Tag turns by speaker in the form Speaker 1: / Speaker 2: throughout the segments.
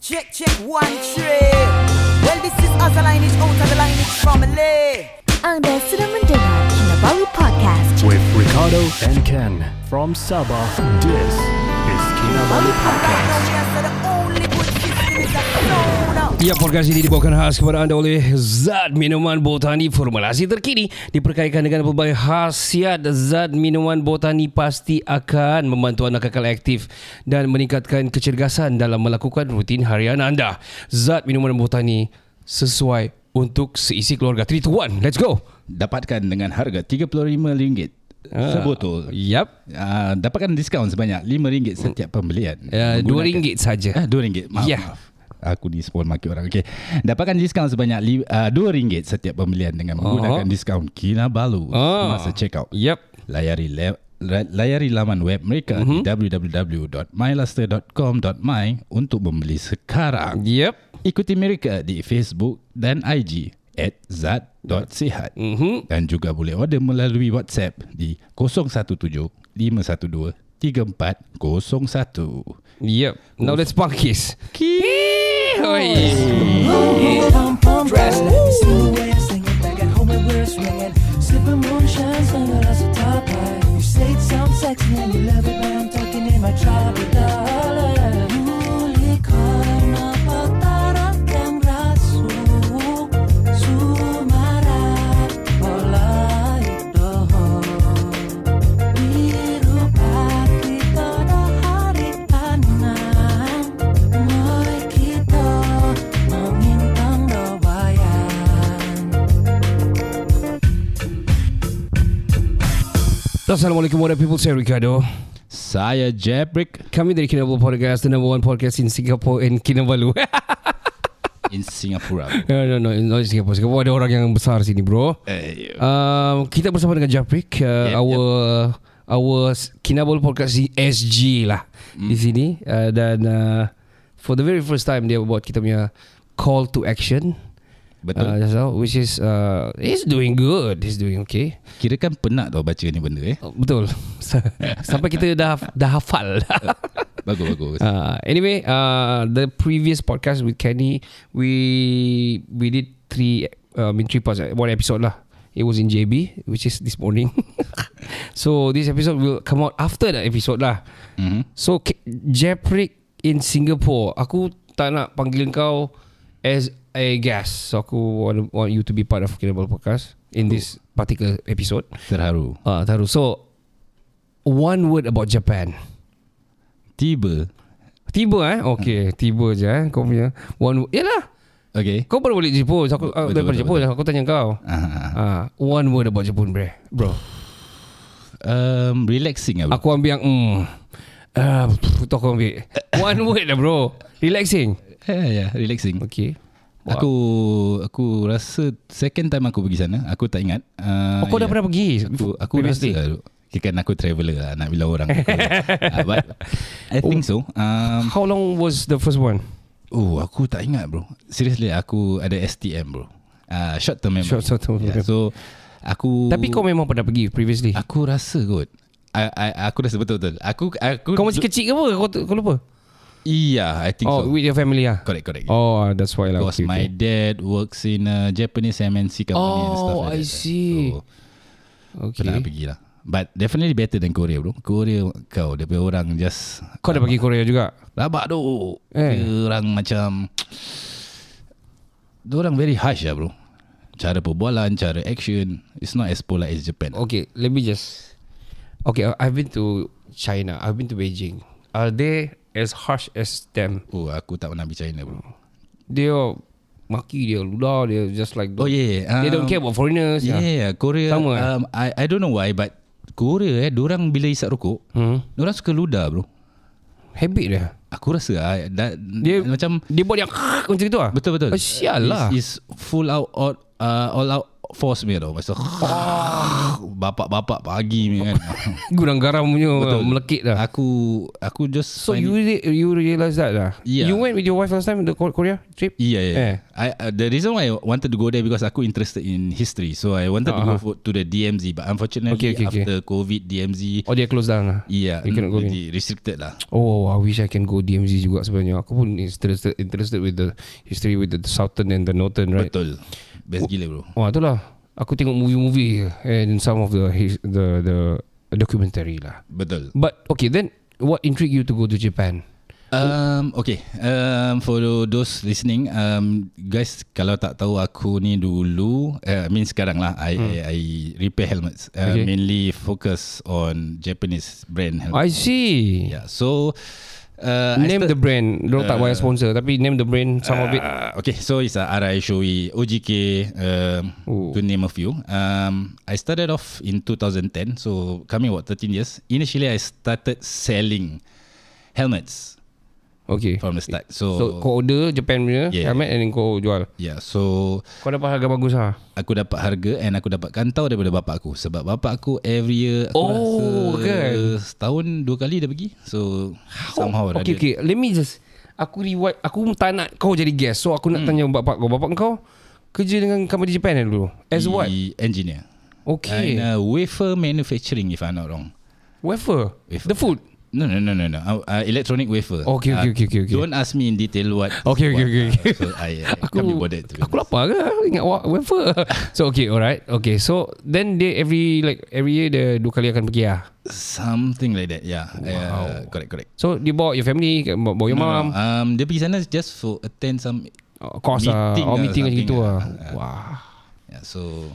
Speaker 1: Check, check, one, three. Well, this is Azza Lineage, out of the lineage family.
Speaker 2: Anda sedang mendengar Kinabalu Podcast.
Speaker 3: with Ricardo and Ken from Sabah. This is Kinabalu Podcast.
Speaker 4: Ya, podcast ini dibawakan khas kepada anda oleh Zat Minuman Botani Formulasi terkini Diperkaitkan dengan pelbagai khasiat Zat Minuman Botani pasti akan membantu anda kekal aktif Dan meningkatkan kecergasan dalam melakukan rutin harian anda Zat Minuman Botani sesuai untuk seisi keluarga 3 to 1, let's go
Speaker 5: Dapatkan dengan harga RM35
Speaker 4: Ah,
Speaker 5: sebotol.
Speaker 4: Yap
Speaker 5: Uh, dapatkan diskaun sebanyak RM5 setiap pembelian.
Speaker 4: uh,
Speaker 5: Menggunakan-
Speaker 4: RM2 saja.
Speaker 5: Ah, RM2. Maaf,
Speaker 4: Ya.
Speaker 5: maaf. Aku ni spawn maki orang. Okay. Dapatkan diskaun sebanyak li- ah, RM2 setiap pembelian dengan menggunakan
Speaker 4: Oh.
Speaker 5: diskaun Kinabalu
Speaker 4: Ah.
Speaker 5: masa check out.
Speaker 4: Yap
Speaker 5: Layari le- ra- layari laman web mereka
Speaker 4: Mhm.
Speaker 5: mm-hmm. di www.myluster.com.my untuk membeli sekarang.
Speaker 4: Yap
Speaker 5: Ikuti mereka di Facebook dan IG at zat.sihat
Speaker 4: Mhm.
Speaker 5: dan juga boleh order melalui WhatsApp di 017 512 3401.
Speaker 4: Yep. Now let's bunk kiss. Kiss.
Speaker 6: Dress, let me see you way to sing it back at home when we're swinging. Sipping moonshine, sunglasses with top light. You say it sounds sexy and you love it when I'm talking in my tropical. Juli korna potara tem rasu, sumara polai dohor. Biru pagi pada hari tanam Mari kita mengintang dobayan
Speaker 4: Assalamualaikum warahmatullahi wabarakatuh. Saya Ricardo.
Speaker 5: Saya Jabrick
Speaker 4: Kami dari Kinabalu Podcast, the number one podcast in Singapore and Kinabalu.
Speaker 5: in Singapura.
Speaker 4: no, no, no, not in Singapore. Singapore ada orang yang besar sini, bro.
Speaker 5: Eh,
Speaker 4: Um, kita bersama dengan Japrik, uh,
Speaker 5: Yep,
Speaker 4: our our Kinabalu Podcast SG lah
Speaker 5: Mm.
Speaker 4: di sini uh, dan uh, for the very first time dia buat kita punya call to action.
Speaker 5: Betul.
Speaker 4: Uh, just now, which is uh, he's doing good. He's doing okay.
Speaker 5: Kira kan penat tau baca ni benda eh.
Speaker 4: Oh, Betul. Sampai kita dah dah hafal.
Speaker 5: Bagus bagus.
Speaker 4: uh, anyway, uh, the previous podcast with Kenny, we we did three, uh, I mean three parts, uh, one episode lah. It was in JB, which is this morning. so this episode will come out after that episode lah.
Speaker 5: Mhm.
Speaker 4: So K- Japrik in Singapore, aku tak nak panggil kau as a guest. So aku want, want you to be part of Kinabalu Podcast in this particular episode.
Speaker 5: Terharu.
Speaker 4: Ah, taruh. So one word about Japan.
Speaker 5: Tiba.
Speaker 4: Tiba eh.
Speaker 5: Hmm.
Speaker 4: Okay, tiba je eh. Kau punya one word. Yalah.
Speaker 5: Okay.
Speaker 4: Kau baru balik Jepun. So, aku uh,
Speaker 5: Betul,
Speaker 4: daripada
Speaker 5: betul,
Speaker 4: Jepun aku tanya kau.
Speaker 5: Ah,
Speaker 4: Ah, one word about Jepun, bre. Bro.
Speaker 5: um, relaxing lah. bro.
Speaker 4: Aku ambil yang mm. Ah, uh, aku ambil. One word lah bro. Relaxing. ya,
Speaker 5: Eh, yeah, relaxing.
Speaker 4: Okay.
Speaker 5: Aku aku rasa second time aku pergi sana, aku tak ingat. Uh,
Speaker 4: Oh, kau dah pernah pergi?
Speaker 5: Aku aku
Speaker 4: Previously?
Speaker 5: rasa lah, duk. Kira kan aku traveler lah nak bilang orang. aku. uh, but I think so. Um,
Speaker 4: How long was the first one?
Speaker 5: oh, aku tak ingat bro. Seriously, aku ada STM bro. Uh, short term memory.
Speaker 4: Short- short term
Speaker 5: Yeah,
Speaker 4: memory.
Speaker 5: so aku
Speaker 4: Tapi kau memang pernah pergi previously.
Speaker 5: aku rasa kot. I, I, aku rasa betul-betul. Aku aku
Speaker 4: Kau masih kecil ke apa? Kau, kau lupa?
Speaker 5: Iya, I think
Speaker 4: Oh,
Speaker 5: so.
Speaker 4: with your family ah.
Speaker 5: correct, correct.
Speaker 4: Oh, that's why lah.
Speaker 5: Because
Speaker 4: Okay,
Speaker 5: my
Speaker 4: okay.
Speaker 5: dad works in a Japanese MNC company and stuff
Speaker 4: Oh,
Speaker 5: like
Speaker 4: I
Speaker 5: that.
Speaker 4: see.
Speaker 5: So,
Speaker 4: okay.
Speaker 5: Pernah pergi lah But definitely better than Korea bro Korea kau Dia punya orang just
Speaker 4: Kau dah pergi Korea juga?
Speaker 5: Rabak tu
Speaker 4: Eh.
Speaker 5: eh. Dia orang macam Dia orang very harsh lah bro Cara perbualan Cara action It's not as polite as Japan
Speaker 4: Okay, let me just. Okay, I- I've been to China. I've been to Beijing. Are they as harsh as them?
Speaker 5: Oh aku tak pernah pergi China bro
Speaker 4: They are maki dia, ludah dia, just like.
Speaker 5: Oh yeah, yeah.
Speaker 4: They don't
Speaker 5: Um,
Speaker 4: care about foreigners.
Speaker 5: Yeah,
Speaker 4: Yeah.
Speaker 5: yeah. Korea
Speaker 4: Sama, eh?
Speaker 5: um, I, I don't know why But Korea eh Diorang bila isap rokok
Speaker 4: Hmm.
Speaker 5: Diorang suka ludah bro
Speaker 4: Habit dia.
Speaker 5: Aku rasa I, da, dia,
Speaker 4: Dia
Speaker 5: Macam
Speaker 4: dia buat yang macam itu ah.
Speaker 5: Betul betul.
Speaker 4: Oh, sial lah.
Speaker 5: Is, is full out all, uh, all out force punya tau Pasal Ah. Bapak-bapak pagi punya kan
Speaker 4: Gudang garam punya Betul. melekit dah.
Speaker 5: Aku Aku just
Speaker 4: Ya. So you re- you realise that lah.
Speaker 5: Yeah.
Speaker 4: You went with your wife last time the Ko- Korea trip?
Speaker 5: Yeah, yeah.
Speaker 4: Eh.
Speaker 5: I, uh, the reason why I wanted to go there because aku interested in history, so I wanted to go for, to the DMZ, but unfortunately
Speaker 4: Uh-huh. Okay, okay, okay.
Speaker 5: after COVID, DMZ,
Speaker 4: Oh dia close down lah.
Speaker 5: yeah,
Speaker 4: You cannot go in.
Speaker 5: jadi restricted lah.
Speaker 4: Oh, I wish I can go DMZ juga sebenarnya. Aku pun interested interested with the history with the southern and the northern, right? Oh.
Speaker 5: Betul, best gila bro.
Speaker 4: Wah, itulah. Aku tengok movie-movie and some of the his- the the documentary lah.
Speaker 5: Betul.
Speaker 4: But okay, then what intrigued you to go to Japan?
Speaker 5: Um, okay, um, for those listening, um, guys, kalau tak tahu aku ni dulu, uh, I mean sekarang lah, I, I, I repair helmets, uh,
Speaker 4: Hmm. Okay.
Speaker 5: mainly focus on Japanese brand helmets.
Speaker 4: I see.
Speaker 5: yeah, so uh, I
Speaker 4: Name
Speaker 5: start-
Speaker 4: the brand. Diorang tak bayar sponsor tapi name the brand some of it.
Speaker 5: Uh, okay, so it's uh, RI Shoei, OGK, um,
Speaker 4: Oh.
Speaker 5: to name a few. Um, I started off in 2010, so coming about 13 years. Initially, I started selling helmets
Speaker 4: Okay.
Speaker 5: from the start.
Speaker 4: So
Speaker 5: So,
Speaker 4: kau order Japan
Speaker 5: Oh.
Speaker 4: punya
Speaker 5: Yeah.
Speaker 4: helmet and then kau jual.
Speaker 5: yeah, so
Speaker 4: Kau dapat harga bagus lah.
Speaker 5: aku dapat harga and aku dapat kantau daripada bapak aku sebab bapak aku every year aku
Speaker 4: Oh,
Speaker 5: rasa
Speaker 4: kan?
Speaker 5: setahun dua kali dia pergi. So somehow lah
Speaker 4: okay,
Speaker 5: rather-
Speaker 4: okay. Let me just aku rewind. Aku tak nak kau jadi guest. So
Speaker 5: Hmm.
Speaker 4: aku nak tanya bapak kau. Bapak kau kerja dengan company Japan eh dulu. As what?
Speaker 5: he engineer.
Speaker 4: Okay.
Speaker 5: And uh, wafer manufacturing if I'm not wrong.
Speaker 4: Wafer.
Speaker 5: Wafer.
Speaker 4: The food.
Speaker 5: No no no no no. Uh, uh, electronic wafer.
Speaker 4: Okay,
Speaker 5: Uh,
Speaker 4: okay, okay, okay, okay.
Speaker 5: Don't ask me in detail what.
Speaker 4: Okay, okay,
Speaker 5: what,
Speaker 4: okay, okay.
Speaker 5: Uh, so I, I aku, can't be bothered. To be
Speaker 4: Aku lapar ke? Aku ingat wa- wafer. so okay, alright. Okay, so then they every like every year dia dua kali akan pergi lah.
Speaker 5: honest. Something like that. Yeah. Uh, correct correct.
Speaker 4: So dia bawa your family, bawa bawa your
Speaker 5: No, no,
Speaker 4: mom,
Speaker 5: Um, dia pergi sana just for attend some.
Speaker 4: uh, course lah,
Speaker 5: meeting
Speaker 4: or
Speaker 5: lah,
Speaker 4: meeting macam
Speaker 5: something
Speaker 4: gitu
Speaker 5: lah.
Speaker 4: lah.
Speaker 5: Ah.
Speaker 4: Wah.
Speaker 5: Yeah, so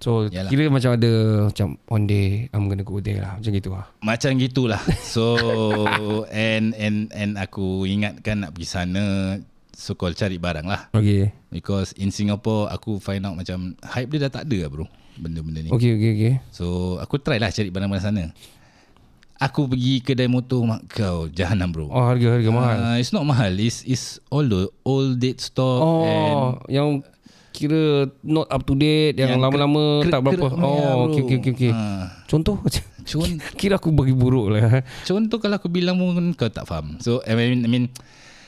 Speaker 4: So
Speaker 5: Yalah.
Speaker 4: Yalah. kira macam ada macam one day I'm gonna go there lah. Macam gitu lah.
Speaker 5: macam gitulah. So and and and aku ingatkan nak pergi sana so called cari barang lah.
Speaker 4: Okay.
Speaker 5: Because in Singapore aku find out macam hype dia dah tak ada lah bro. Benda-benda ni.
Speaker 4: Okay, okay, okay.
Speaker 5: So aku try lah cari barang-barang sana. Aku pergi kedai motor mak kau jahanam bro.
Speaker 4: Oh harga harga mahal.
Speaker 5: Uh, it's not mahal. It's it's all the old date stock
Speaker 4: Oh,
Speaker 5: Ah, and
Speaker 4: yang kira not up to date,
Speaker 5: Yang
Speaker 4: yang, lama-lama
Speaker 5: ker-
Speaker 4: tak berapa.
Speaker 5: ker- ya,
Speaker 4: oh,
Speaker 5: bro.
Speaker 4: okay, okay, okay. okay.
Speaker 5: Ah.
Speaker 4: Contoh
Speaker 5: Cun-
Speaker 4: Kira aku bagi buruk lah
Speaker 5: contoh kalau aku bilang pun kau tak faham. So I mean I mean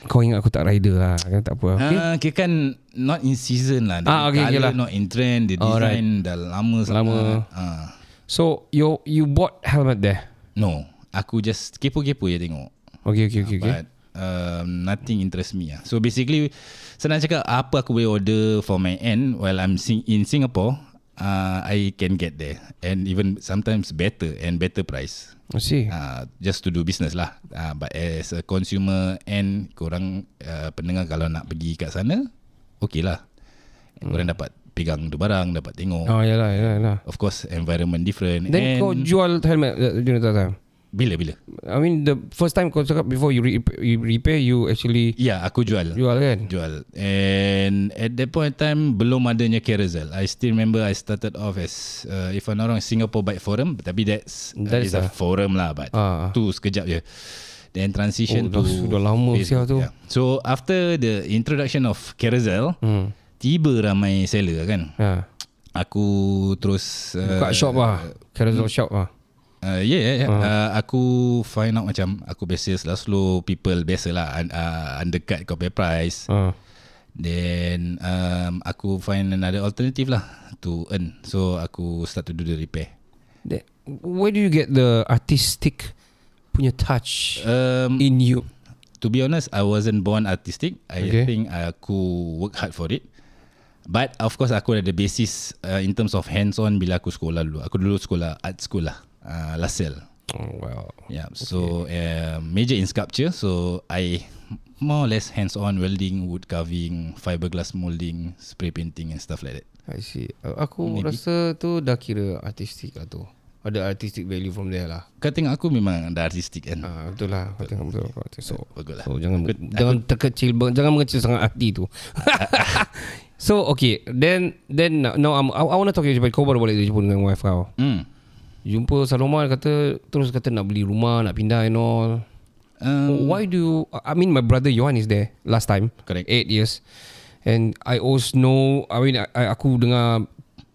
Speaker 4: Kau ingat aku tak rider lah kan, Tak apa okay.
Speaker 5: okay. uh, kira kan not in season lah.
Speaker 4: Ah, okay, okay
Speaker 5: Colour
Speaker 4: lah.
Speaker 5: not in trend, the
Speaker 4: Alright.
Speaker 5: design dah lama sangat.
Speaker 4: Lama.
Speaker 5: Uh,
Speaker 4: So you you bought helmet there
Speaker 5: no, aku just kepo-kepo je tengok.
Speaker 4: Okay okay okay, okay.
Speaker 5: But um, nothing interest me lah. So basically senang cakap apa aku boleh order for my end while I'm sing- in Singapore, uh, I can get there and even sometimes better and better price.
Speaker 4: I see
Speaker 5: Uh, just to do business lah. Uh, but as a consumer and korang uh, pendengar kalau nak pergi kat sana, okay lah. And Korang dapat pegang tu barang, dapat tengok.
Speaker 4: Hmm. Oh yalah yalah, yalah.
Speaker 5: Of course environment different. and
Speaker 4: Then kau jual helmet uh, During that time
Speaker 5: bila-bila?
Speaker 4: I mean the first time kau cakap Before you, re- you repair You
Speaker 5: Ya,
Speaker 4: actually
Speaker 5: yeah, aku jual.
Speaker 4: Jual kan
Speaker 5: jual and at that point in time belum adanya Carousel I still remember I started off as uh, if I'm not wrong Singapore Bike Forum tapi that's that
Speaker 4: That
Speaker 5: is
Speaker 4: is
Speaker 5: a
Speaker 4: a-
Speaker 5: forum lah but
Speaker 4: Ah.
Speaker 5: tu sekejap je then transition
Speaker 4: Oh,
Speaker 5: to
Speaker 4: dah- sudah lama sial tu.
Speaker 5: so after the introduction of Carousel
Speaker 4: hmm.
Speaker 5: tiba ramai seller kan
Speaker 4: ha.
Speaker 5: aku terus uh,
Speaker 4: Buka shop Ah. lah Carousel shop lah
Speaker 5: Uh, yeah, yeah, yeah. Uh. Uh, aku find out macam aku biasa lah slow people biasa lah un- uh, undercut kau punya price
Speaker 4: ha.
Speaker 5: Then um, aku find another alternative lah to earn. So aku start to do the repair.
Speaker 4: That, Where do you get the artistic Punya touch
Speaker 5: Um,
Speaker 4: In you
Speaker 5: to be honest, I wasn't born artistic. I
Speaker 4: Okay.
Speaker 5: think aku work hard for it. But of course aku ada basis uh, in terms of hands-on bila aku sekolah dulu. Aku dulu sekolah art school lah. Uh, LaSalle.
Speaker 4: Oh wow
Speaker 5: Yeah. So uh, major in sculpture. So I more or less hands-on welding, wood carving, fiberglass molding, spray painting and stuff like that.
Speaker 4: I see. Uh, Aku Maybe. rasa tu dah kira artistik lah tu. Ada artistic value from there lah.
Speaker 5: Kau tengok aku memang dah artistic kan.
Speaker 4: Ah betul lah. Kau tengok betul kau tengok. So,
Speaker 5: Bagus lah.
Speaker 4: so jangan jangan terkecil jangan mengecil sangat hati tu. so okay, then then now- now I'm, I, I want to talk to you about kau baru balik dari Jepun dengan wife kau.
Speaker 5: Hmm.
Speaker 4: Jumpa Saloma kata terus kata nak beli rumah, nak pindah and all.
Speaker 5: Um,
Speaker 4: Why do you, I mean my brother Johan is there last time.
Speaker 5: Correct.
Speaker 4: Eight years. And I always know, I mean I, I- aku dengar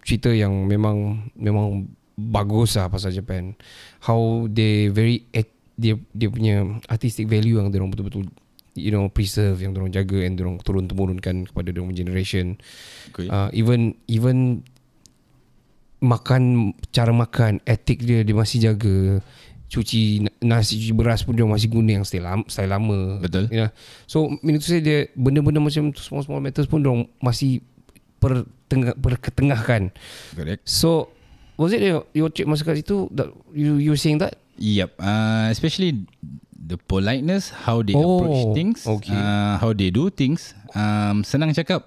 Speaker 4: cerita yang memang memang bagus lah pasal Japan. How they very at, dia dia punya artistic value yang dia orang betul-betul you know preserve yang dia orang jaga and dia orang turun temurunkan kepada dia orang punya generation.
Speaker 5: Okay.
Speaker 4: Uh, even even makan cara makan etik dia dia masih jaga cuci na- nasi cuci beras pun dia masih guna yang style lama, style lama
Speaker 5: Betul.
Speaker 4: you know. so minit tu saya dia benda-benda macam tu small small matters pun dia orang masih pertengah, perketengahkan
Speaker 5: Correct.
Speaker 4: so was it your, your trip masa kat situ that you you were saying that
Speaker 5: Yep. Uh, especially the politeness, how they
Speaker 4: Oh,
Speaker 5: approach things,
Speaker 4: okay.
Speaker 5: uh, how they do things. Um, senang cakap.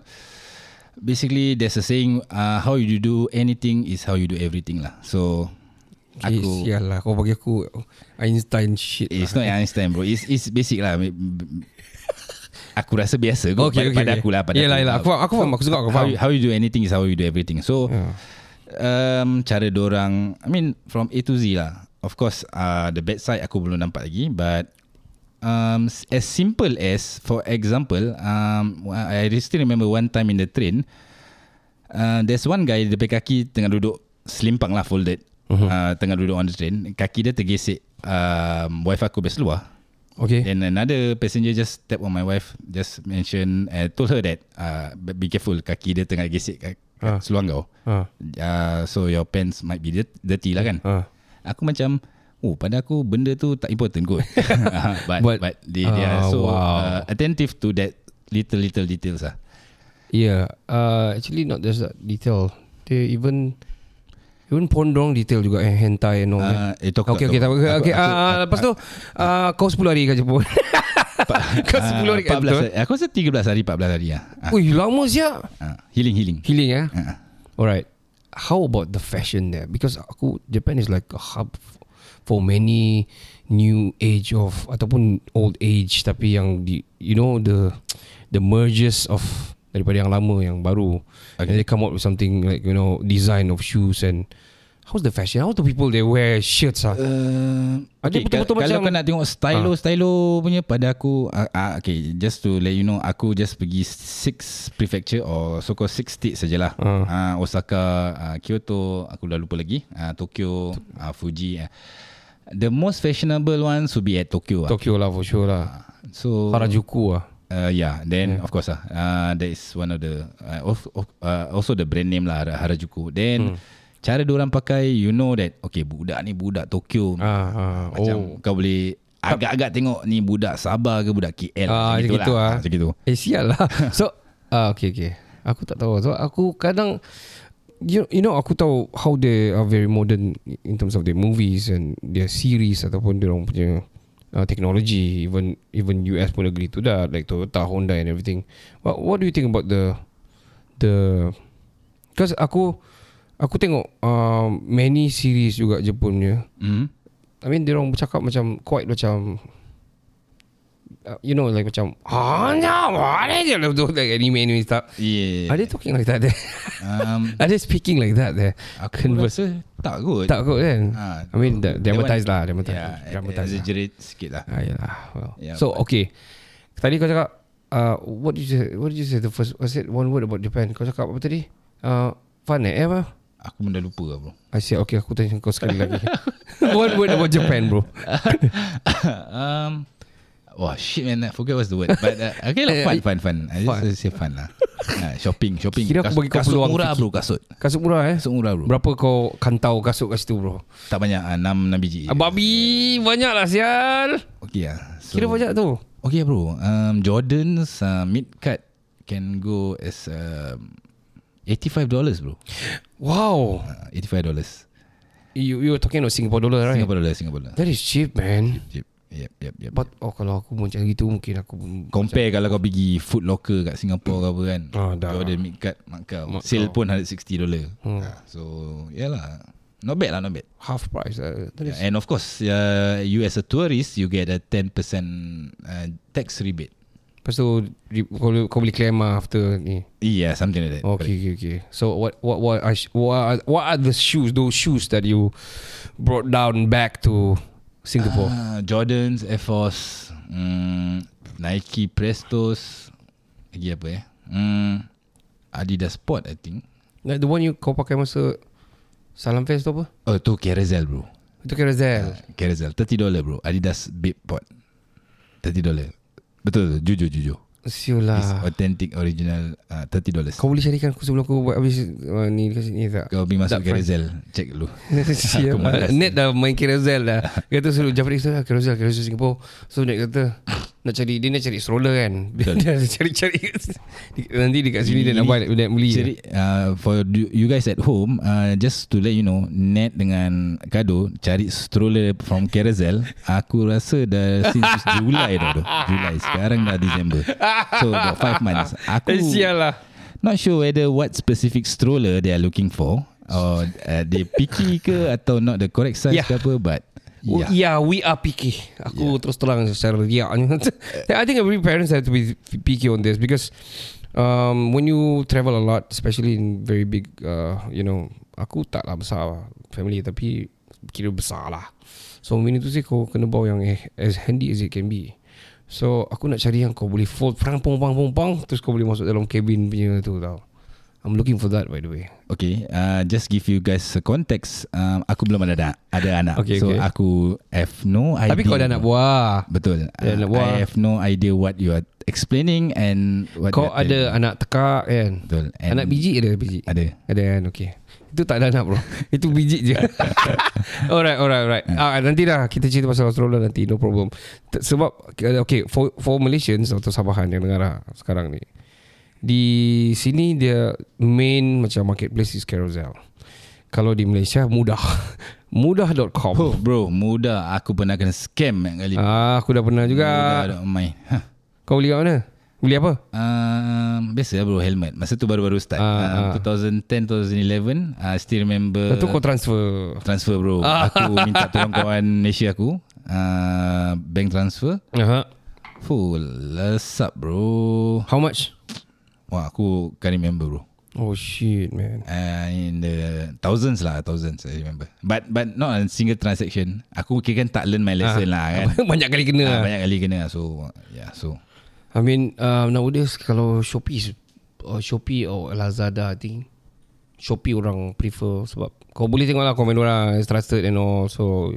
Speaker 5: Basically, there's a saying, uh, how you do anything is how you do everything lah. So,
Speaker 4: Eh,
Speaker 5: aku
Speaker 4: sial lah kau bagi aku Einstein shit
Speaker 5: It's
Speaker 4: lah.
Speaker 5: not Einstein bro. It's it's basic lah. Aku rasa biasa kot okay,
Speaker 4: Okay, okay,
Speaker 5: pada
Speaker 4: okay.
Speaker 5: aku lah pada
Speaker 4: Yelah, yelah. Aku faham, aku faham. Aku suka, aku
Speaker 5: how,
Speaker 4: faham.
Speaker 5: you- how you do anything is how you do everything. So
Speaker 4: Yeah.
Speaker 5: um, cara dorang I mean from A to Z lah. Of course uh, the bad side aku belum nampak lagi but um, s- as simple as for example um, I I still remember one time in the train uh, there's one guy dia punya kaki tengah duduk selimpang lah folded. Uh-huh. Uh, tengah duduk on the train kaki dia tergesek um, wife aku best luar
Speaker 4: okay
Speaker 5: Then another passenger just tap on my wife, just mention, uh, told her that uh, be be careful, kaki dia tengah gesek kat, kat
Speaker 4: Ah.
Speaker 5: seluar kau.
Speaker 4: Ah.
Speaker 5: Uh, so your pants might be dirt- dirty lah kan.
Speaker 4: Ah.
Speaker 5: Aku macam, oh pada aku benda tu tak important kot. Ah, but,
Speaker 4: But-
Speaker 5: but, but they, they are
Speaker 4: Ah,
Speaker 5: so uh,
Speaker 4: wow.
Speaker 5: attentive to that little little details lah.
Speaker 4: Yeah, uh, actually not just that detail. They even even pun dorang detail juga eh, hentai and all. Uh,
Speaker 5: Uh, itu aku
Speaker 4: Okay,
Speaker 5: tak
Speaker 4: okay, tak
Speaker 5: tahu.
Speaker 4: apa.
Speaker 5: Aku-
Speaker 4: Okay,
Speaker 5: aku-
Speaker 4: ah, lepas tu ah, kau 10 hari kat Jepun. kau
Speaker 5: ah,
Speaker 4: 10 hari kat
Speaker 5: 14
Speaker 4: Jepun.
Speaker 5: hari, eh, aku rasa 13 hari 14 hari lah Ah,
Speaker 4: Ui, lama siap.
Speaker 5: ah, healing healing
Speaker 4: Healing eh.
Speaker 5: Ah, ah.
Speaker 4: Alright. How about the fashion there? Because aku Japan is like a hub f- for many new age of ataupun old age tapi yang di you know the the merges of daripada yang lama yang baru. And they come out with something like you know design of shoes and how's the fashion? How do people they wear shirts ah?
Speaker 5: Uh,
Speaker 4: Ada
Speaker 5: okay,
Speaker 4: betul-betul
Speaker 5: kalau
Speaker 4: macam- Ah.
Speaker 5: kau nak tengok stylo stylo punya pada aku uh, uh, okay just to let you know aku just pergi six prefecture or so called six states sajalah.
Speaker 4: Ah.
Speaker 5: Uh. Uh, Osaka, uh, Kyoto, aku dah lupa lagi, uh, Tokyo, uh, Fuji. Uh. The most fashionable ones would be at Tokyo. ah.
Speaker 4: Tokyo lah for sure lah.
Speaker 5: So
Speaker 4: Harajuku ah.
Speaker 5: Uh, yeah, then yeah. of course lah. Uh, that is one of the uh, of, of, uh, also the brand name lah Har- Harajuku. Then hmm. cara diorang pakai, you know that okay budak ni budak Tokyo.
Speaker 4: Ah, ah,
Speaker 5: Macam oh. kau boleh agak-agak tengok ni budak Sabah ke budak KL.
Speaker 4: Ah, macam gitu ah.
Speaker 5: Macam gitu.
Speaker 4: Eh sial lah So ah, Okay okay Aku tak tahu So aku kadang You, you know aku tahu How they are very modern In terms of their movies And their series Ataupun dia orang punya uh, Technology Even even US pun agree to that Like Toyota Honda and everything But what do you think about the The Because aku Aku tengok uh, Many series juga Jepun punya
Speaker 5: Hmm.
Speaker 4: I mean dia orang bercakap macam quite macam uh, you know like macam ah no what is it lah like anime anime stuff
Speaker 5: Yeah.
Speaker 4: are they talking like that there
Speaker 5: Um,
Speaker 4: are they speaking like that there
Speaker 5: aku
Speaker 4: Converse.
Speaker 5: rasa tak kot.
Speaker 4: tak kot kan
Speaker 5: Ah,
Speaker 4: I mean the,
Speaker 5: that one-
Speaker 4: dramatise lah dramatise
Speaker 5: Yeah,
Speaker 4: dramatise lah.
Speaker 5: exaggerate sikit lah.
Speaker 4: ah, yalah well.
Speaker 5: Yeah,
Speaker 4: so
Speaker 5: but-
Speaker 4: okay tadi kau cakap uh, what did you say what did you say the first I said one word about Japan kau cakap apa tadi uh, fun eh apa
Speaker 5: Aku benda lupa lah bro.
Speaker 4: I said okay aku tanya kau sekali lagi one word about Japan bro
Speaker 5: um, Wah shit man I forget what's the word But uh, okay lah fun fun fun I just
Speaker 4: Fun.
Speaker 5: say fun lah uh, Shopping shopping
Speaker 4: Kira aku
Speaker 5: Kas-
Speaker 4: bagi kau
Speaker 5: kasut
Speaker 4: peluang
Speaker 5: murah
Speaker 4: fikir.
Speaker 5: bro kasut
Speaker 4: kasut murah eh
Speaker 5: Kasut murah bro
Speaker 4: Berapa kau kantau kasut kat situ bro?
Speaker 5: Tak banyak uh, 6, 6 biji
Speaker 4: Yeah. Babi banyak lah sial.
Speaker 5: Okay lah so,
Speaker 4: Kira banyak tu.
Speaker 5: Okay bro um, Jordan's uh, mid cut Can go as um, $85 bro
Speaker 4: Wow.
Speaker 5: uh, $85
Speaker 4: You you talking about Singapore dollar right?
Speaker 5: Singapore dollar Singapore dollar
Speaker 4: That is cheap man.
Speaker 5: Yep yep yep, yep.
Speaker 4: But oh kalau aku macam gitu mungkin aku
Speaker 5: Compare kalau kau pergi Food Locker kat Singapore ke apa kan
Speaker 4: Ah, dah.
Speaker 5: Kau ada mid card Mak kau
Speaker 4: Mak
Speaker 5: Sale
Speaker 4: kau.
Speaker 5: pun $160 hmm. So Yalah Not bad lah not bad
Speaker 4: half price. Uh, that is
Speaker 5: And of course uh, You as a tourist You get a 10% uh, Tax rebate
Speaker 4: Lepas tu re- kau, boleh- kau boleh claim lah after ni.
Speaker 5: Yeah something like that
Speaker 4: Okay okay okay. So what what what are, sh- what are, what are the shoes those shoes that you brought down back to Singapore?
Speaker 5: Ah, Jordans Air Force mm, Nike Prestos Lagi apa eh mm, Adidas Sport I think
Speaker 4: Like the one you kau pakai masa Salam Fest tu apa?
Speaker 5: Oh tu Carousel bro
Speaker 4: Itu Carousel.
Speaker 5: Carousel 30 dollar bro Adidas Babe Pod 30 dollar Betul tu jujur jujur
Speaker 4: Siul
Speaker 5: It's
Speaker 4: lah.
Speaker 5: authentic original uh, 30 dollars
Speaker 4: Kau boleh carikan aku sebelum aku buat habis uh, ni dekat sini tak?
Speaker 5: Kau pergi masuk
Speaker 4: Tak, fine.
Speaker 5: Carousel Check dulu
Speaker 4: Siap.
Speaker 5: Aku malas.
Speaker 4: Net dah main Carousel dah Dia Kata selalu Jafri kata Carousel Carousel Singapore So Net kata Nak cari Dia nak cari stroller kan Dia
Speaker 5: Betul.
Speaker 4: dah cari-cari Nanti dekat sini Dia nak buat Dia nak beli
Speaker 5: Jadi uh, For you you guys at home uh, Just to let you know Ned dengan Kado Cari stroller From Carousel Aku rasa dah Since Julai dah tu Julai Sekarang dah December So about 5 months Aku
Speaker 4: Eh, Sial lah
Speaker 5: Not sure whether What specific stroller They are looking for Or uh, They picky ke Atau not the correct size
Speaker 4: Yeah.
Speaker 5: ke
Speaker 4: Oh,
Speaker 5: apa But
Speaker 4: Yeah.
Speaker 5: Yeah,
Speaker 4: yeah, we are picky. Aku yeah. terus terang secara riaknya. I think every parents have to be picky on this because um, when you travel a lot, especially in very big, uh, you know, aku taklah besar family tapi kira besar lah. So meaning to say kau kena bawa yang eh, as handy as it can be. So aku nak cari yang kau boleh fold perang pong pong pong pong terus kau boleh masuk dalam cabin punya tu tau. I'm looking for that by the way.
Speaker 5: Okay uh, Just give you guys a context um, Aku belum ada anak Ada anak
Speaker 4: Okay,
Speaker 5: So
Speaker 4: okay.
Speaker 5: aku Have no idea
Speaker 4: Tapi kau dah nak buah.
Speaker 5: Betul.
Speaker 4: Dah
Speaker 5: Uh,
Speaker 4: nak buat.
Speaker 5: I have no idea what you are explaining and what
Speaker 4: Kau
Speaker 5: you're telling.
Speaker 4: ada anak tekak kan?
Speaker 5: Betul. And
Speaker 4: Anak biji ada biji?
Speaker 5: Ada.
Speaker 4: Ada kan okay Itu tak ada anak bro Itu biji je Alright alright alright Ah Nanti dah kita cerita pasal Australia nanti No problem T- Sebab Okay for, for Malaysians Atau Sabahan yang dengar lah sekarang ni Di sini dia Main macam marketplace is Carousel Kalau di Malaysia mudah Mudah.com
Speaker 5: Oh bro, muda aku pernah kena scam yang kali.
Speaker 4: ah, Aku dah pernah juga
Speaker 5: Muda tak main. Huh.
Speaker 4: Kau beli kat mana? Beli apa?
Speaker 5: Um, biasa bro helmet Masa tu baru-baru start uh,
Speaker 4: Ah,
Speaker 5: 2010, 2011 uh, Still remember
Speaker 4: Lepas tu kau Ah. transfer
Speaker 5: Transfer bro Aku minta tolong kawan Malaysia aku uh, Bank transfer
Speaker 4: Aha.
Speaker 5: Full Lesap bro
Speaker 4: How much?
Speaker 5: Wah aku Can't remember bro
Speaker 4: Oh shit man
Speaker 5: uh, in the thousands lah thousands I remember but but not a single transaction aku kira kan tak learn my lesson lah kan
Speaker 4: Ah. Banyak kali kena lah.
Speaker 5: Ah, banyak kali kena so yeah so
Speaker 4: I mean uh, nowadays kalau Shopee is- or Shopee or Lazada I think Shopee orang prefer sebab kau boleh tengok lah komen orang it's trusted and all so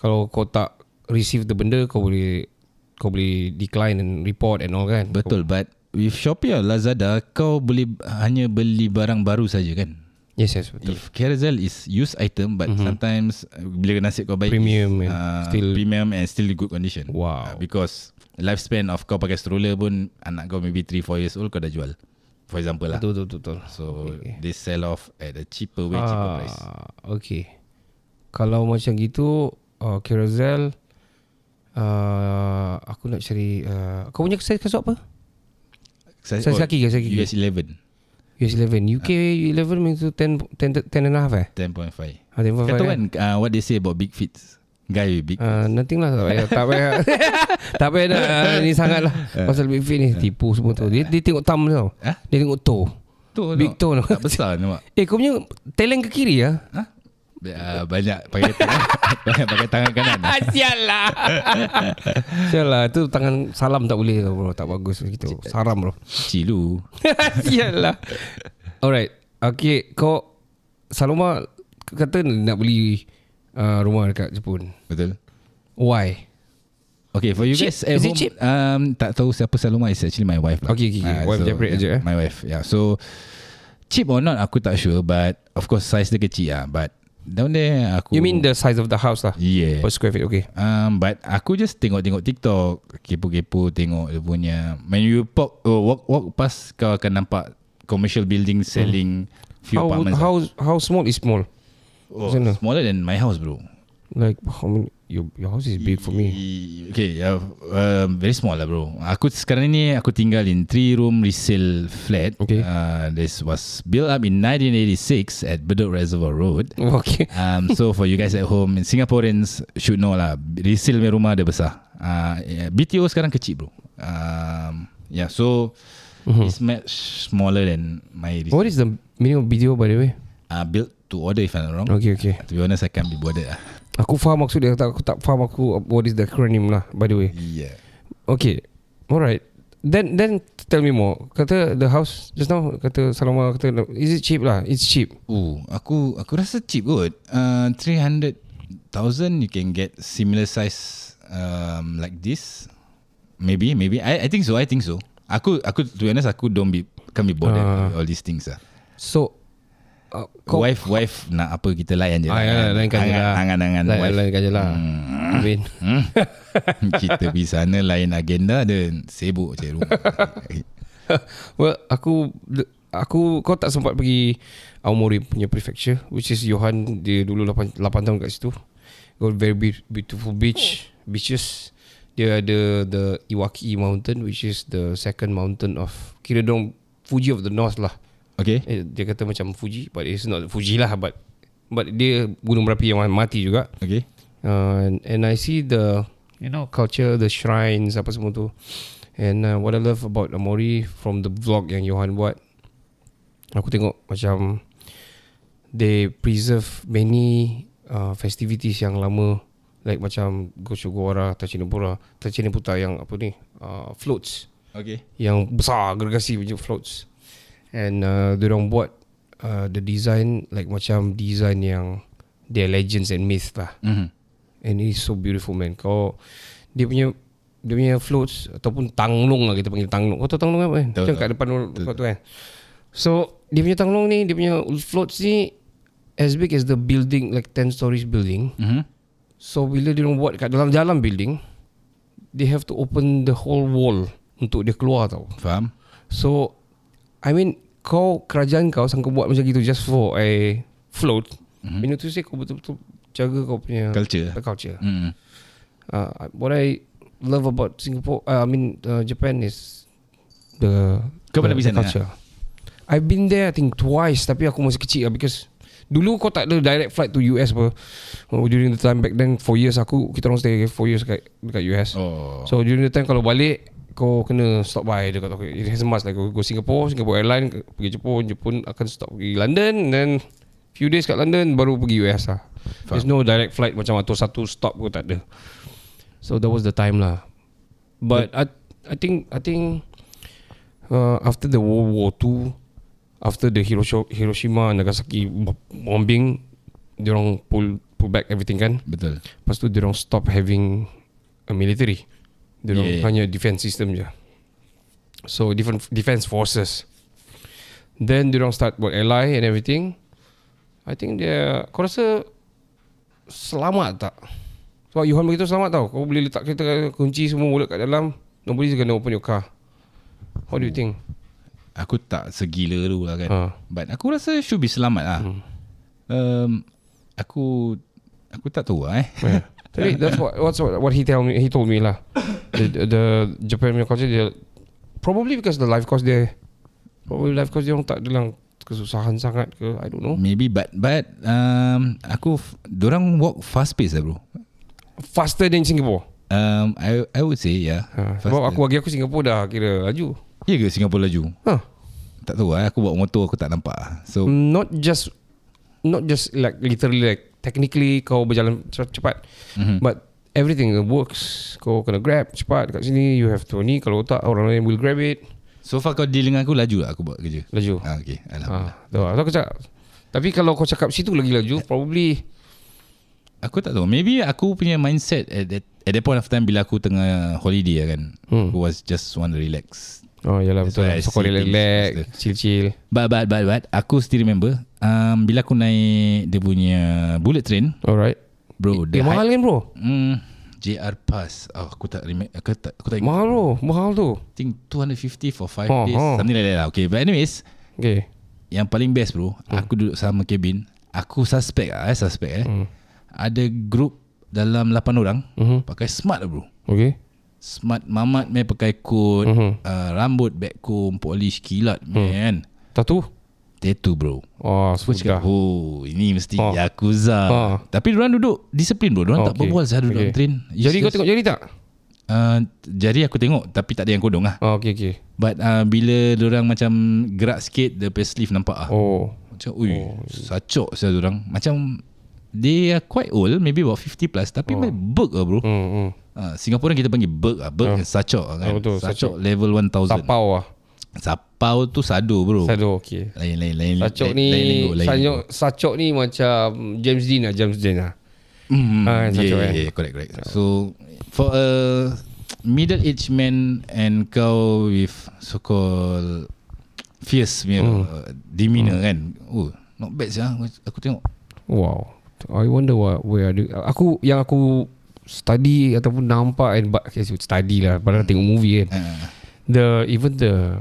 Speaker 4: kalau kau tak receive the benda kau boleh kau boleh decline and report and all kan
Speaker 5: betul but with Shopee or Lazada kau boleh hanya beli barang baru saja kan
Speaker 4: yes yes betul
Speaker 5: If Carousel is used item but mm-hmm. sometimes uh, bila nasib kau baik
Speaker 4: Premium and still-
Speaker 5: still premium and still good condition. Uh,
Speaker 4: Wow.
Speaker 5: because lifespan of kau pakai stroller pun anak kau maybe 3 4 years old kau dah jual. For example lah.
Speaker 4: betul betul betul, betul.
Speaker 5: So okay. they sell off at a cheaper way, cheaper price.
Speaker 4: Ah, Okay Kalau macam gitu uh, Carousel uh, Aku nak cari uh, Kau punya size kasut apa? Size
Speaker 5: oh,
Speaker 4: kaki ke, size kaki?
Speaker 5: US 11
Speaker 4: US 11 UK 11 means to 10, 10, 10 and a half eh
Speaker 5: 10.5
Speaker 4: Ah, 10.5
Speaker 5: Kata
Speaker 4: kan?
Speaker 5: kan uh, What they say about big feet Guy with big feet
Speaker 4: Uh, nothing lah Tak payah Tak payah, tak payah nak uh, Ni sangat lah Pasal Big Fit ni Tipu semua tu Dia, dia tengok thumb tau
Speaker 5: Hah?
Speaker 4: Dia tengok toe
Speaker 5: Tu
Speaker 4: Big
Speaker 5: nampak-
Speaker 4: toe tu.
Speaker 5: Tak besar nampak
Speaker 4: Eh kau punya Talent ke kiri lah
Speaker 5: ha? uh, Banyak pakai tangan Banyak pakai tangan kanan
Speaker 4: Ah, Sial lah Sial lah Itu tangan salam tak boleh tau, bro Tak bagus begitu Saram bro
Speaker 5: Cilu
Speaker 4: Sial lah Alright Okay Kau Saloma Kata nak beli uh, Rumah dekat Jepun
Speaker 5: Betul
Speaker 4: Why?
Speaker 5: Okay for you
Speaker 4: Cheap.
Speaker 5: guys at
Speaker 4: Is it
Speaker 5: home
Speaker 4: cheap?
Speaker 5: um, Tak tahu siapa Saloma It's actually my wife lah.
Speaker 4: Okay, okay, okay.
Speaker 5: Ah,
Speaker 4: Wife separate
Speaker 5: yeah,
Speaker 4: je, eh?
Speaker 5: My wife yeah. So Cheap or not Aku tak sure But Of course size dia kecil lah But Down there aku
Speaker 4: You mean the size of the house lah
Speaker 5: Yeah
Speaker 4: Per square feet Okay
Speaker 5: Um, but aku just tengok-tengok TikTok, kepo-kepo tengok dia punya. When you pop, oh, walk walk past kau akan nampak commercial building selling hmm. few
Speaker 4: how,
Speaker 5: apartments.
Speaker 4: how, how small is small?
Speaker 5: oh,
Speaker 4: macam mana?
Speaker 5: smaller than my house, bro.
Speaker 4: Like how many your, your house is big for me
Speaker 5: E- Okay, uh, uh, very small lah, bro. Aku sekarang ni aku tinggal in three room resale flat.
Speaker 4: Okay.
Speaker 5: Uh, this was built up in 1986 at Bedok Reservoir Road.
Speaker 4: Okay
Speaker 5: Um, so for you guys at home, Singaporeans should know lah. Resale punya rumah dia besar. Uh, yeah, BTO sekarang kecil bro. Um, yeah, so mm-hmm. it's much smaller than my resale.
Speaker 4: Hmm. What is the meaning of BTO by the way?
Speaker 5: uh, built to order if I'm not wrong.
Speaker 4: Okay okay
Speaker 5: To be honest, I can't be bothered lah.
Speaker 4: Aku faham maksud dia tak, Aku tak faham aku What is the acronym lah By the way
Speaker 5: Yeah.
Speaker 4: Okay Alright Then then tell me more. Kata the house just now kata Salama kata is it cheap lah? It's cheap.
Speaker 5: Oh, aku aku rasa cheap kot. Uh, 300,000 you can get similar size um, like this. Maybe, maybe. I I think so. I think so. Aku aku to be honest aku don't be can't be bothered
Speaker 4: Ah.
Speaker 5: with all these things lah.
Speaker 4: So uh,
Speaker 5: Kau, wife wife nak apa kita layan je.
Speaker 4: Ah, ya, layankan je lah.
Speaker 5: Angan-angan
Speaker 4: Layan-
Speaker 5: wife. Hmm.
Speaker 4: layankan je lah. I mean,
Speaker 5: kita pergi sana lain agenda dan sibuk je rumah.
Speaker 4: well, aku aku kau tak sempat pergi Aomori punya prefecture which is Johan dia dulu 8, 8 tahun kat situ. Got very be- beautiful beach, beaches. Dia ada the Iwaki Mountain which is the second mountain of kira dong Fuji of the North lah.
Speaker 5: okay.
Speaker 4: Eh, dia kata macam Fuji but it's not Fuji lah but but dia gunung berapi yang mati juga.
Speaker 5: Okay.
Speaker 4: Uh, and, and I see the
Speaker 7: You know,
Speaker 4: culture, the shrines, apa semua tu. And uh, what I love about Amori from the vlog yang Johan buat, aku tengok macam they preserve many uh, festivities yang lama like macam Goshogora, Tachinapura, Tachinaputa yang apa ni, uh, floats
Speaker 5: Okay.
Speaker 4: yang besar gergasi punya floats and uh, diorang buat uh, the design like macam design yang their legends and myths lah
Speaker 5: Mm-hmm.
Speaker 4: And it's so beautiful man Kau Dia punya Dia punya floats Ataupun tanglung lah Kita panggil tanglung Kau tahu tanglung apa kan
Speaker 5: Tahu,
Speaker 4: Macam
Speaker 5: tahu.
Speaker 4: kat depan orang- kau tu kan So Dia punya tanglung ni Dia punya floats ni As big as the building Like 10 stories building
Speaker 5: Mm-hmm.
Speaker 4: So bila dia orang buat Kat dalam dalam building They have to open the whole wall Untuk dia keluar tau
Speaker 5: Faham?
Speaker 4: So I mean Kau kerajaan kau Sangka buat macam gitu Just for a Float mm-hmm. Benda tu saya kau betul-betul Jaga kau
Speaker 5: Mhm.
Speaker 4: punya
Speaker 5: Culture.
Speaker 4: Culture
Speaker 5: Mm.
Speaker 4: uh, what I love about Singapore, uh, I mean uh, Japan is the
Speaker 5: Kau
Speaker 4: the,
Speaker 5: pernah pergi
Speaker 4: the
Speaker 5: sana?
Speaker 4: culture. I've been there I think twice tapi aku masih kecil lah because dulu kau tak ada direct flight to US apa. Oh, during the time back then 4 years aku kita orang stay 4 years dekat dekat US.
Speaker 5: Oh.
Speaker 4: So during the time kalau balik kau kena stop by dekat okay, it has a must like go go Singapore, Singapore Airline pergi Jepun, Jepun akan stop pergi London and then few days kat London baru pergi US lah. There's no direct flight macam atau satu stop kau tak ada. So that was the time lah. But I I think I think uh, after the World War Two, after the Hiroshima, Hiroshima Nagasaki bo- bombing, they orang pull pull back everything kan.
Speaker 5: Betul.
Speaker 4: Lepas tu dia orang stop having a military. Dia orang
Speaker 5: Yeah.
Speaker 4: yeah. hanya defense system je. So different defense forces. Then dia orang start buat ally and everything. I think dia kau rasa selamat tak? Sebab Johan beritahu selamat tau. Kau boleh letak kereta kunci semua mulut kat dalam. Nobody's gonna open your car. What do you think?
Speaker 5: Aku tak segila tu lah kan.
Speaker 4: Ha.
Speaker 5: But aku rasa should be selamat lah. Hmm. Um, aku aku tak tahu lah eh.
Speaker 4: Tapi that's what what's what, what he tell me he told me lah. The, the Japan punya culture dia probably because the life course dia probably life course dia orang tak dalam kesusahan sangat ke I don't know.
Speaker 5: Maybe but but um, aku f- dorang walk fast pace lah bro.
Speaker 4: Faster than Singapore.
Speaker 5: Um, I I would say yeah.
Speaker 4: Ha,
Speaker 5: Fast pace.
Speaker 4: sebab aku bagi aku Singapore dah kira laju.
Speaker 5: Ya ke Singapura laju?
Speaker 4: Ha.
Speaker 5: Tak tahu lah. Aku bawa motor aku tak nampak. lah. So hmm.
Speaker 4: Not just not just like literally like technically kau berjalan ce- cepat.
Speaker 5: Mhm.
Speaker 4: Mm-hmm. But everything works. Kau kena grab cepat kat sini you have to ni kalau tak orang lain will grab it.
Speaker 5: so far kau deal dengan aku laju lah aku buat kerja.
Speaker 4: Laju.
Speaker 5: Ah, okay. Alhamdulillah.
Speaker 4: Ha, tu lah. So, aku cakap tapi kalau kau cakap situ lagi laju probably
Speaker 5: Aku tak tahu. Maybe aku punya mindset at that, at that point of time bila aku tengah holiday lah kan. Hmm.
Speaker 4: Hmm.
Speaker 5: Aku was just want to relax.
Speaker 4: Oh yalah
Speaker 5: That's
Speaker 4: betul
Speaker 5: why
Speaker 4: lah.
Speaker 5: I
Speaker 4: So kau
Speaker 5: see things
Speaker 4: relax
Speaker 5: faster.
Speaker 4: Chill-chill
Speaker 5: But but but but aku still remember um, bila aku naik dia punya bullet train,
Speaker 4: Alright
Speaker 5: bro.
Speaker 4: Eh mahal kan bro
Speaker 5: Hmm, JR Pass. Oh, aku tak remember. Aku tak aku tak ingat.
Speaker 4: Mahal bro Mahal tu
Speaker 5: I think 250 for 5
Speaker 4: Oh,
Speaker 5: days.
Speaker 4: oh.
Speaker 5: Something like that lah. Okay. But anyways,
Speaker 4: Okay
Speaker 5: yang paling best bro,
Speaker 4: Hmm.
Speaker 5: aku duduk sama cabin. Aku suspect ah, eh, suspect eh.
Speaker 4: Hmm.
Speaker 5: Ada group dalam 8 orang
Speaker 4: Mhm.
Speaker 5: pakai smart lah bro.
Speaker 4: Okay
Speaker 5: Smart mamat meh pakai coat,
Speaker 4: Mhm.
Speaker 5: uh, rambut backcomb, polish kilat
Speaker 4: Hmm.
Speaker 5: man.
Speaker 4: Tattoo
Speaker 5: Tattoo bro.
Speaker 4: Oh
Speaker 5: Aku cakap
Speaker 4: sudah
Speaker 5: Oh ini mesti
Speaker 4: Oh.
Speaker 5: Yakuza
Speaker 4: Oh.
Speaker 5: Tapi diorang duduk Disiplin bro Diorang
Speaker 4: Oh,
Speaker 5: tak
Speaker 4: okay.
Speaker 5: berbual Saya duduk dalam
Speaker 4: Okay.
Speaker 5: train It's
Speaker 4: Jadi kau
Speaker 5: just-
Speaker 4: tengok jari tak
Speaker 5: uh, Jari aku tengok Tapi tak ada yang kodong lah
Speaker 4: Oh okay okay
Speaker 5: But uh, bila diorang macam Gerak sikit The pay sleeve nampak lah oh.
Speaker 4: Oh
Speaker 5: Macam ui oh. Sacok saya diorang Macam They are quite old Maybe about 50 plus Tapi oh. work lah bro
Speaker 4: hmm, hmm.
Speaker 5: Uh, Singapura kita panggil berg lah. Berg uh, sacok lah kan.
Speaker 4: Ah, betul,
Speaker 5: sacok,
Speaker 4: sacok.
Speaker 5: level 1000.
Speaker 4: Tapau lah
Speaker 5: Sapau tu sado bro.
Speaker 4: Sado okay
Speaker 5: Lain lain lain. lain-
Speaker 4: Sacok ni
Speaker 5: lain lingo, lain
Speaker 4: Sacok,
Speaker 5: lingo.
Speaker 4: sacok ni macam James Dean lah James Dean lah
Speaker 5: Mm,
Speaker 4: Ah,
Speaker 5: yeah,
Speaker 4: sacok,
Speaker 5: yeah,
Speaker 4: eh.
Speaker 5: yeah, correct correct. So for a middle aged man and kau with so called fierce punya
Speaker 4: Hmm.
Speaker 5: uh, demeanor kan. Oh, not bad sih. Aku tengok
Speaker 4: Wow I wonder what where ada Aku yang aku study ataupun nampak and but, okay, study lah padahal tengok movie kan
Speaker 5: uh,
Speaker 4: the even the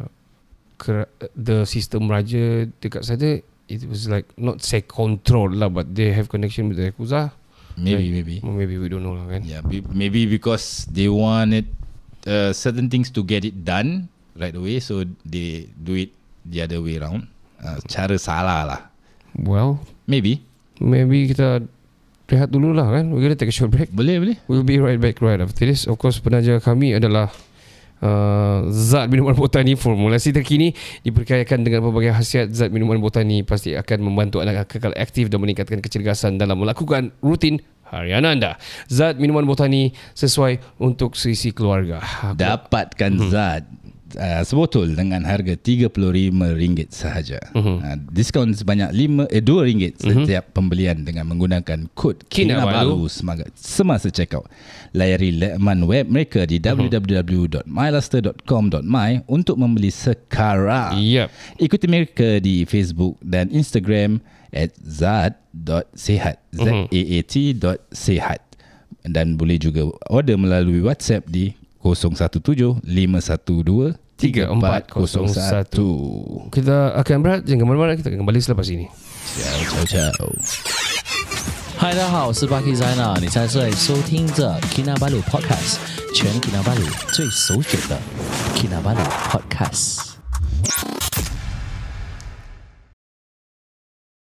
Speaker 4: kera- the system raja dekat sana it was like not say control lah but they have connection with the yakuza
Speaker 5: maybe
Speaker 4: Right.
Speaker 5: maybe.
Speaker 4: Well, maybe we don't know lah kan
Speaker 5: Yeah, be- maybe because they wanted uh, certain things to get it done right away, so they do it the other way round. Uh, cara salah lah.
Speaker 4: well
Speaker 5: Maybe.
Speaker 4: maybe kita rehat dulu lah kan we're gonna take a short break
Speaker 5: Boleh, boleh.
Speaker 4: we'll be right back right after this of course penaja kami adalah Uh, zat minuman botani formulasi terkini diperkayakan dengan pelbagai khasiat zat minuman botani pasti akan membantu anak kekal aktif dan meningkatkan kecergasan dalam melakukan rutin harian anda. Zat minuman botani sesuai untuk seisi keluarga. Aku-
Speaker 5: Dapatkan hmm. zat uh, sebotol dengan harga RM35 sahaja. Hmm. Uh, diskaun sebanyak lima, eh, RM2 setiap pembelian dengan menggunakan kod
Speaker 4: Kinabalu.
Speaker 5: Kinabalu semasa, semasa check out. Layari laman web mereka di hmm. www.myluster.com.my untuk membeli sekarang.
Speaker 4: Yep.
Speaker 5: Ikuti mereka di Facebook dan Instagram at zat.sehat Z-A-A-T dot sehat dan boleh juga order melalui WhatsApp di 017-512-3401 Ciao,
Speaker 4: Kita akan berat jangan ke mana-mana kita akan kembali selepas ini.
Speaker 5: ciao, ciao
Speaker 8: 嗨，大家好，我是 Bucky Zina，你现在收听着 Kinabalu Podcast，全 Kinabalu 最首选的 Kinabalu Podcast。